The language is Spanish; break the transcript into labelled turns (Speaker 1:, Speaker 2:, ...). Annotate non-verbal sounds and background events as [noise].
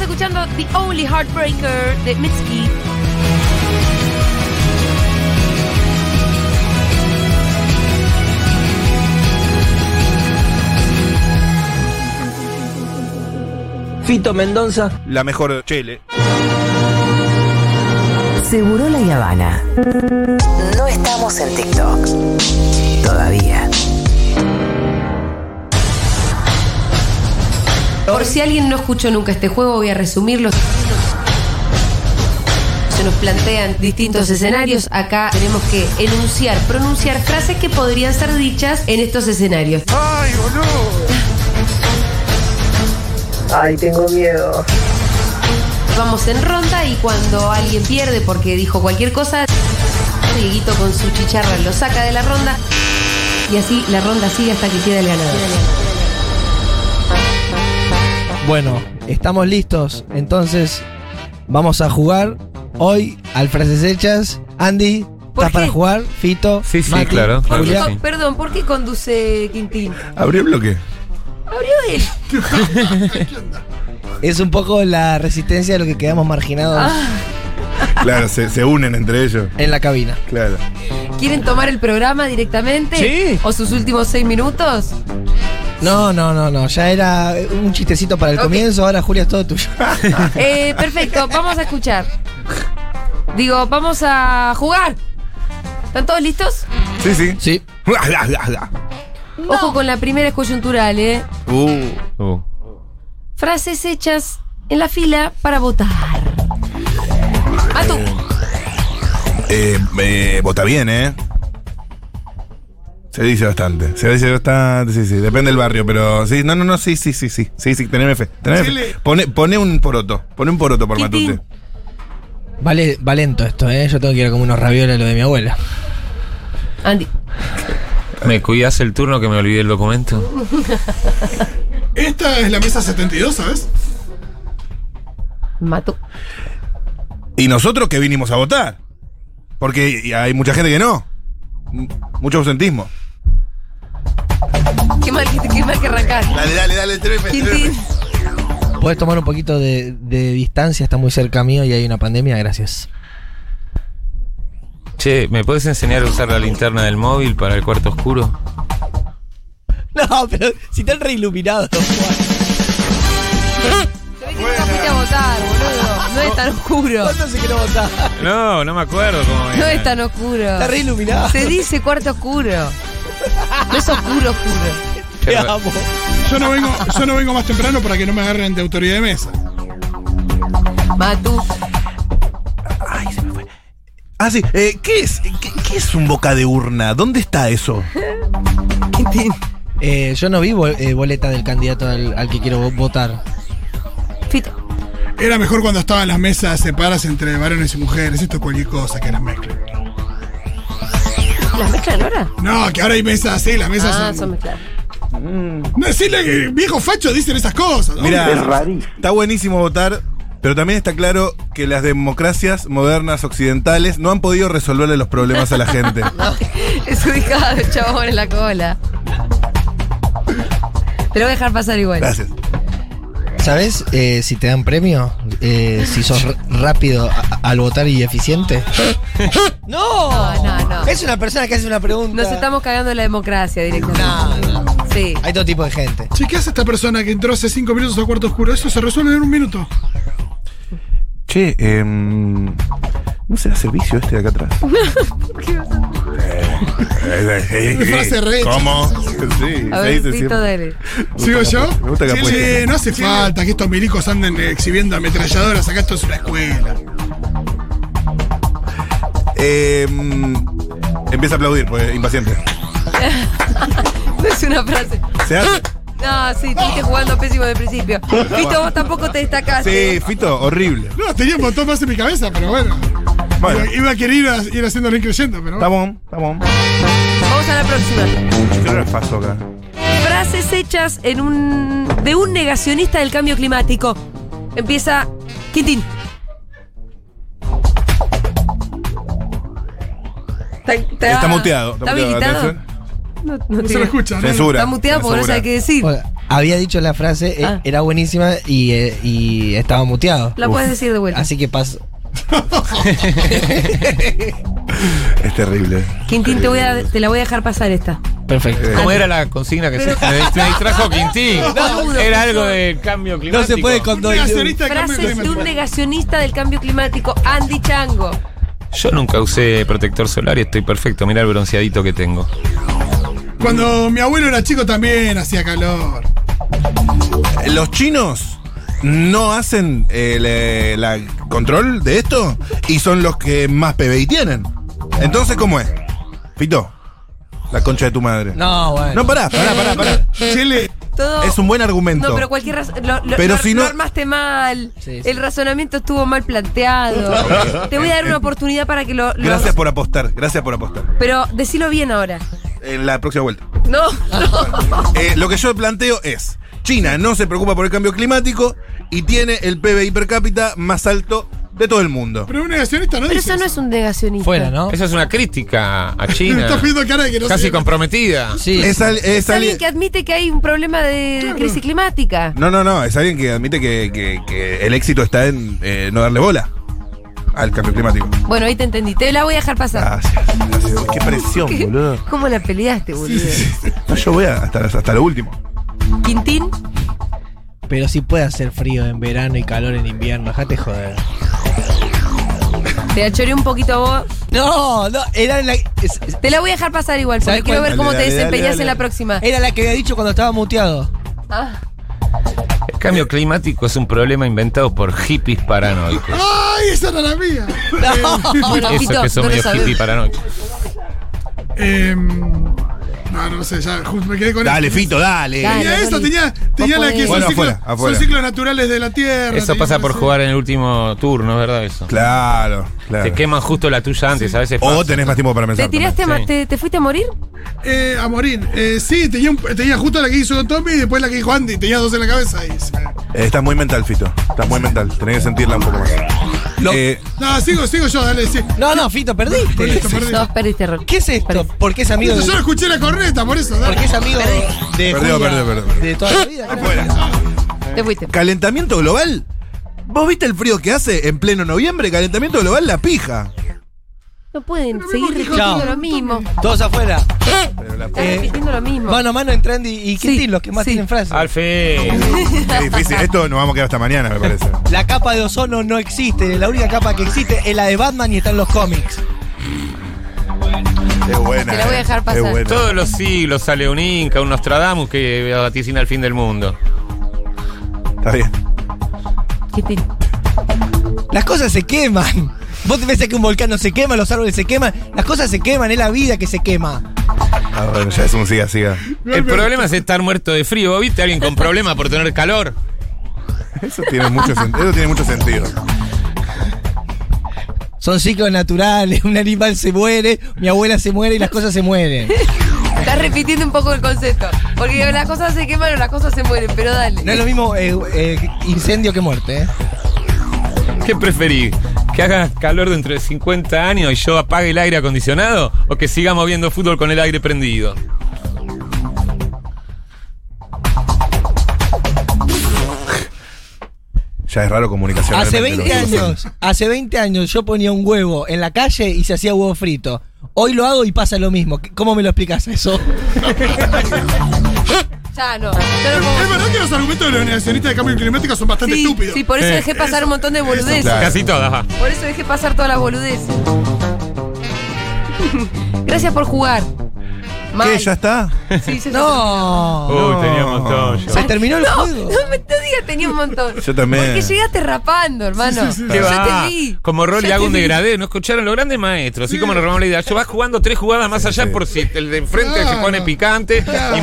Speaker 1: escuchando The Only Heartbreaker de Mitski.
Speaker 2: Fito Mendoza.
Speaker 3: La mejor chele.
Speaker 4: Seguro la Habana. No estamos en TikTok. Todavía.
Speaker 5: Por si alguien no escuchó nunca este juego, voy a resumirlo. Se nos plantean distintos escenarios. Acá tenemos que enunciar, pronunciar frases que podrían ser dichas en estos escenarios.
Speaker 3: ¡Ay, boludo!
Speaker 6: Ay, tengo miedo.
Speaker 5: Vamos en ronda y cuando alguien pierde porque dijo cualquier cosa, Dieguito con su chicharra lo saca de la ronda y así la ronda sigue hasta que queda el ganador.
Speaker 2: Bueno, estamos listos. Entonces, vamos a jugar hoy al Frases Hechas. Andy,
Speaker 1: ¿Por
Speaker 2: ¿estás para
Speaker 1: qué?
Speaker 2: jugar? Fito.
Speaker 7: Sí, sí,
Speaker 2: Mati,
Speaker 7: claro, claro que
Speaker 2: Julián.
Speaker 1: Con-
Speaker 7: sí.
Speaker 1: Perdón, ¿por qué conduce Quintín?
Speaker 3: ¿Abrió el bloque?
Speaker 1: Abrió él.
Speaker 2: Es un poco la resistencia de lo que quedamos marginados
Speaker 1: Ah.
Speaker 3: Claro, se, se unen entre ellos.
Speaker 2: en la cabina.
Speaker 3: Claro.
Speaker 1: ¿Quieren tomar el programa directamente?
Speaker 2: Sí.
Speaker 1: ¿O sus últimos seis minutos?
Speaker 2: No, no, no, no. Ya era un chistecito para el
Speaker 1: Ok.
Speaker 2: comienzo. Ahora, Julia, es todo
Speaker 1: [laughs]
Speaker 2: tuyo.
Speaker 1: Eh, perfecto, vamos a escuchar. Digo, vamos a jugar. ¿Están todos listos?
Speaker 3: Sí, sí.
Speaker 2: sí.
Speaker 1: Ojo con la primera es coyuntural, ¿eh?
Speaker 3: [laughs] Uh,
Speaker 7: Uh.
Speaker 1: Frases hechas en la fila para votar. Matu,
Speaker 3: eh, eh, vota bien, ¿eh? Se dice bastante. Se dice bastante, sí, sí. Depende del barrio, pero sí. No, no, no, sí, sí, sí, sí. Sí, sí, teneme fe. Teneme fe. Pone, pone un poroto. Pone un poroto por
Speaker 1: Quitín.
Speaker 3: Matute.
Speaker 2: Vale, va lento esto, ¿eh? Yo tengo que ir a comer unos ravioles, lo de mi abuela.
Speaker 1: Andy.
Speaker 7: ¿Me cuidas el turno que me olvidé el documento?
Speaker 8: Esta es la mesa 72, ¿sabes?
Speaker 1: Matu.
Speaker 3: Y nosotros que vinimos a votar. Porque hay mucha gente que no. M- Mucho ausentismo.
Speaker 1: Qué mal, que- qué mal que arrancar.
Speaker 3: Dale, dale, dale, trefe,
Speaker 1: Quintín.
Speaker 2: Puedes tomar un poquito de, de distancia, está muy cerca mío y hay una pandemia, gracias.
Speaker 7: Che, ¿me puedes enseñar a usar la linterna del móvil para el cuarto oscuro?
Speaker 2: No, pero si están reiluminados.
Speaker 1: Se ve que nunca fuiste a votar, boludo. No es tan oscuro.
Speaker 2: ¿Cuándo se quiere votar?
Speaker 7: No, no me acuerdo cómo
Speaker 1: No
Speaker 7: era.
Speaker 1: es tan oscuro.
Speaker 2: Está reiluminado.
Speaker 1: Se dice cuarto oscuro. No es oscuro, oscuro.
Speaker 2: [laughs] Te amo.
Speaker 8: Yo no vengo, yo no vengo más temprano para que no me agarren de autoridad de mesa.
Speaker 1: Matu.
Speaker 3: Ah, sí. Eh, ¿qué, es, qué, qué es un boca de urna? ¿Dónde está eso?
Speaker 2: Eh, yo no vi bol- eh, boleta del candidato al, al que quiero vo- votar.
Speaker 1: Fito.
Speaker 8: Era mejor cuando estaban las mesas separadas entre varones y mujeres. Esto es cualquier cosa que las mezclen.
Speaker 1: ¿Las mezclan ahora?
Speaker 8: No, que ahora hay mesas así, las mesas
Speaker 1: Ah,
Speaker 8: son-
Speaker 1: son mezcladas.
Speaker 8: No, decirle que viejo facho dicen esas cosas.
Speaker 3: Mira, está buenísimo votar, pero también está claro que las democracias modernas occidentales no han podido resolverle los problemas a la gente.
Speaker 1: [laughs] Es ubicado el chabón en la cola. Te lo voy a dejar pasar igual.
Speaker 3: Gracias.
Speaker 2: ¿Sabes eh, si te dan premio? Eh, si sos r- rápido a- al votar y eficiente. ¡No!
Speaker 1: [laughs] No, no, no.
Speaker 2: Es una persona que hace una pregunta.
Speaker 1: Nos estamos cagando en la democracia directamente.
Speaker 2: No, no.
Speaker 1: Sí.
Speaker 2: Hay todo tipo de gente.
Speaker 8: Che, ¿qué hace esta persona que entró hace cinco minutos a cuarto oscuro? Eso se resuelve en un minuto.
Speaker 3: Che, em, ¿no será servicio este de acá
Speaker 8: [laughs]
Speaker 3: atrás?
Speaker 8: [laughs]
Speaker 3: Eh,
Speaker 8: Qué frase re-
Speaker 3: ¿Cómo? Sí,
Speaker 1: A
Speaker 3: se
Speaker 1: ver,
Speaker 3: dice
Speaker 1: Fito,
Speaker 3: siempre.
Speaker 1: dale.
Speaker 8: ¿Sigo yo?
Speaker 3: Me gusta que
Speaker 8: Sí,
Speaker 3: apueste.
Speaker 8: no hace falta que estos milicos anden exhibiendo ametralladoras. Acá esto es una escuela.
Speaker 3: Em, empieza a aplaudir, pues impaciente.
Speaker 1: No es una frase.
Speaker 3: ¿Se hace?
Speaker 1: No, sí, estuviste jugando pésimo de principio. Fito, vos tampoco te destacaste.
Speaker 3: Sí, Fito, horrible.
Speaker 8: No, tenía un montón más en mi cabeza, pero bueno.
Speaker 3: Bueno,
Speaker 8: Iba- Iba a querer ir, a- ir haciéndolo increyendo, pero bueno.
Speaker 3: estamos, estamos.
Speaker 1: Vamos a la próxima.
Speaker 3: Yo no las paso acá.
Speaker 1: Frases hechas en un de un negacionista del cambio climático. Empieza Quintín. Está, está-
Speaker 3: Está muteado.
Speaker 1: ¿Está
Speaker 3: muteado,
Speaker 1: habilitado?
Speaker 3: atención.
Speaker 1: No, no
Speaker 8: no
Speaker 1: te-
Speaker 8: se lo escucha. ¿no?
Speaker 3: Censura.
Speaker 1: Está muteado porque no
Speaker 3: censura.
Speaker 1: sabe qué decir.
Speaker 2: Hola. había dicho la frase, eh,
Speaker 1: Ah.
Speaker 2: era buenísima y, eh, y estaba muteado.
Speaker 1: La puedes decir de vuelta.
Speaker 2: Así que
Speaker 1: [laughs]
Speaker 2: paso. [laughs]
Speaker 3: Es terrible.
Speaker 1: Quintín, te, voy a, te la voy a dejar pasar esta.
Speaker 2: Perfecto.
Speaker 7: ¿Cómo era la consigna que se me, me distrajo Quintín?
Speaker 1: Boludo,
Speaker 7: Era
Speaker 1: que
Speaker 7: algo
Speaker 1: soy.
Speaker 7: de cambio
Speaker 2: No
Speaker 7: climático.
Speaker 2: se puede con dos.
Speaker 8: Negacionista de cambio
Speaker 1: Frases de un
Speaker 8: climático.
Speaker 1: negacionista del cambio climático, Andy Chango.
Speaker 7: Yo nunca usé protector solar y estoy perfecto. Mira el bronceadito que tengo.
Speaker 8: Cuando mi abuelo era chico también hacía calor.
Speaker 3: Los chinos no hacen el eh, la control de esto y son los que más PBI tienen. Entonces, ¿cómo es? Pito, la concha de tu madre.
Speaker 2: No, bueno.
Speaker 3: No, pará, pará, pará, pará.
Speaker 8: Chile,
Speaker 1: Todo.
Speaker 3: Es un buen argumento.
Speaker 1: No, pero cualquier razón. Lo, lo-
Speaker 3: Pero
Speaker 1: lo-
Speaker 3: si
Speaker 1: lo
Speaker 3: no-
Speaker 1: armaste mal.
Speaker 2: Sí, sí.
Speaker 1: El razonamiento estuvo mal planteado. Te voy a dar una oportunidad para que lo. lo-
Speaker 3: Gracias por apostar, gracias por apostar.
Speaker 1: Pero decilo bien ahora.
Speaker 3: En la próxima vuelta.
Speaker 1: No, no.
Speaker 3: Eh, lo que yo planteo es, China no se preocupa por el cambio climático y tiene el PBI per cápita más alto de todo el mundo.
Speaker 8: pero un negacionista no
Speaker 1: Pero
Speaker 8: dice
Speaker 1: eso no es un negacionista.
Speaker 2: Fuera, ¿no?
Speaker 7: Esa es una crítica a
Speaker 8: Me
Speaker 7: China.
Speaker 8: estás pidiendo cara de que no
Speaker 7: Casi
Speaker 8: sé.
Speaker 7: comprometida.
Speaker 2: Sí.
Speaker 3: Es, al- es
Speaker 1: Es alguien
Speaker 3: alguien...
Speaker 1: que admite que hay un problema de crisis climática.
Speaker 3: No, no, no, es alguien que admite que, que- que el éxito está en eh, no darle bola al cambio climático.
Speaker 1: Bueno, ahí te entendí. Te la voy a dejar pasar.
Speaker 3: Gracias, gracias. Qué
Speaker 1: [laughs]
Speaker 3: presión, Ah, boludo.
Speaker 1: ¿Cómo la peleaste, boludo?
Speaker 3: No, yo voy a- hasta, hasta lo último.
Speaker 1: Quintín,
Speaker 2: Pero sí puede hacer frío en verano y calor en invierno. Déjate joder.
Speaker 1: te achoré un poquito a vos.
Speaker 2: No, no, era la, es- es-
Speaker 1: Te la voy a dejar pasar igual, porque
Speaker 2: ¿Sabes
Speaker 1: quiero
Speaker 2: cuál?
Speaker 1: ver cómo
Speaker 3: Dale,
Speaker 1: te
Speaker 3: dale, dale,
Speaker 1: desempeñas
Speaker 3: dale.
Speaker 1: en la próxima.
Speaker 2: era la que había dicho cuando estaba muteado.
Speaker 1: Ah,
Speaker 7: El cambio climático es un problema inventado por hippies paranoicos.
Speaker 8: ¡Ay, esa era la mía!
Speaker 1: bueno, Pito,
Speaker 7: Esos que son
Speaker 1: [laughs] oh, no lo
Speaker 7: medio hippies
Speaker 1: sabés.
Speaker 7: paranoicos.
Speaker 8: Em, no, no sé, ya justo me quedé con
Speaker 3: Dale,
Speaker 8: esto.
Speaker 3: Fito, dale.
Speaker 1: Dale.
Speaker 8: Tenía esta, tenía, tenía la que son,
Speaker 3: Bueno,
Speaker 8: ciclos,
Speaker 3: afuera, afuera.
Speaker 8: son ciclos naturales de la Tierra.
Speaker 7: Eso
Speaker 8: tenía
Speaker 7: pasa
Speaker 8: una
Speaker 7: por
Speaker 8: serie.
Speaker 7: jugar en el último turno, ¿es verdad eso?
Speaker 3: Claro, claro.
Speaker 7: Te queman justo la tuya antes, a veces
Speaker 3: O
Speaker 7: pasa.
Speaker 3: tenés más tiempo para pensar.
Speaker 1: ¿Te tiraste
Speaker 7: Sí.
Speaker 1: ma- te, te fuiste a morir?
Speaker 8: Eh, Amorín, eh, sí, tenía, un- tenía justo la que hizo Tommy y después la que dijo Andy. Tenía dos en la cabeza. Y se me-
Speaker 3: también. Eh, estás muy mental, Fito. Estás muy mental. Tenés que sentirla un poco más.
Speaker 2: Lo-
Speaker 3: Eh,
Speaker 8: No, sigo, sigo yo, dale, sí.
Speaker 2: No, no, Fito,
Speaker 8: Con
Speaker 2: perdiste.
Speaker 8: esto, perdí.
Speaker 1: No, perdiste rol.
Speaker 2: ¿Qué es esto? ¿Por qué es amigo de,
Speaker 8: Yo no escuché la corneta, por eso,
Speaker 2: ¿por qué
Speaker 8: dale.
Speaker 2: es amigo de,
Speaker 3: Perdió,
Speaker 2: Julia
Speaker 3: perdió, perdió, perdió.
Speaker 2: de toda la vida? claro?
Speaker 1: Te fuiste.
Speaker 3: Calentamiento global. ¿Vos viste el frío que hace en pleno noviembre? Calentamiento global, la pija.
Speaker 1: No pueden seguir
Speaker 8: mismo,
Speaker 1: repitiendo
Speaker 2: Chao.
Speaker 1: lo mismo.
Speaker 2: Todos afuera.
Speaker 1: Están repitiendo lo mismo.
Speaker 2: Mano a mano entran y, y Quintín, los que más
Speaker 1: sí.
Speaker 2: tienen frases.
Speaker 7: Al fin.
Speaker 3: Qué difícil. Esto nos vamos a quedar hasta mañana, me parece.
Speaker 2: La capa de ozono no existe. La única capa que existe es la de Batman y está en los cómics.
Speaker 3: Es buena.
Speaker 1: Te la voy a
Speaker 3: eh.
Speaker 1: dejar pasar.
Speaker 3: Es buena.
Speaker 7: Todos los siglos sale un Inca, un Nostradamus que vaticina el fin del mundo.
Speaker 3: Está bien.
Speaker 1: Quintín.
Speaker 2: Las cosas se queman. Vos te pensás que un volcán no se quema, los árboles se queman. Las cosas se queman, es la vida que se quema.
Speaker 3: Ah, bueno, ya es un siga, siga.
Speaker 7: El problema es estar muerto de frío. ¿Vos ¿Viste a alguien con problemas por tener calor?
Speaker 3: Eso tiene mucho, sen- eso tiene mucho sentido.
Speaker 2: Son ciclos naturales. [laughs] Un animal se muere, mi abuela se muere y las cosas se mueren.
Speaker 1: Estás repitiendo un poco el concepto. Porque las cosas se queman o las cosas se mueren, pero dale.
Speaker 2: No es lo mismo eh, eh, incendio que muerte. ¿eh?
Speaker 7: ¿Qué preferís? ¿Que haga calor dentro de 50 años y yo apague el aire acondicionado? ¿O que sigamos viendo fútbol con el aire prendido?
Speaker 3: Ya es raro comunicación.
Speaker 2: Hace
Speaker 3: realmente,
Speaker 2: 20
Speaker 3: lo que
Speaker 2: años, hace 20 años yo ponía un huevo en la calle y se hacía huevo frito. Hoy lo hago y pasa lo mismo. ¿Cómo me lo explicas eso?
Speaker 1: Ya no. Ya no
Speaker 8: Es
Speaker 1: puedo-
Speaker 8: verdad que los argumentos de los negacionistas de cambio climático son bastante
Speaker 1: Sí,
Speaker 8: estúpidos.
Speaker 1: sí, por eso
Speaker 7: Eh,
Speaker 1: dejé pasar un montón de boludeces.
Speaker 3: claro.
Speaker 7: Casi todas, va.
Speaker 1: Por eso dejé pasar todas las boludeces. [laughs] Gracias por jugar. Mal.
Speaker 3: ¿Qué? ¿Ya está? Oh.
Speaker 1: Sí,
Speaker 2: [laughs]
Speaker 1: ya
Speaker 2: No.
Speaker 7: Uy, tenía un montón yo.
Speaker 2: Se terminó el
Speaker 1: No,
Speaker 2: juego.
Speaker 1: no me te digas, tenía un montón.
Speaker 3: Yo también.
Speaker 1: Porque llegaste rapando, hermano.
Speaker 7: ¿Qué
Speaker 1: Yo
Speaker 7: va?
Speaker 1: te vi.
Speaker 7: Como rol
Speaker 1: Yo
Speaker 7: y hago
Speaker 1: te
Speaker 7: un
Speaker 1: vi.
Speaker 7: degradé, no escucharon los grandes maestros, así como nos robamos la idea. Yo vas jugando tres jugadas más allá
Speaker 3: sí.
Speaker 7: por si el de enfrente se
Speaker 8: Claro.
Speaker 7: pone picante y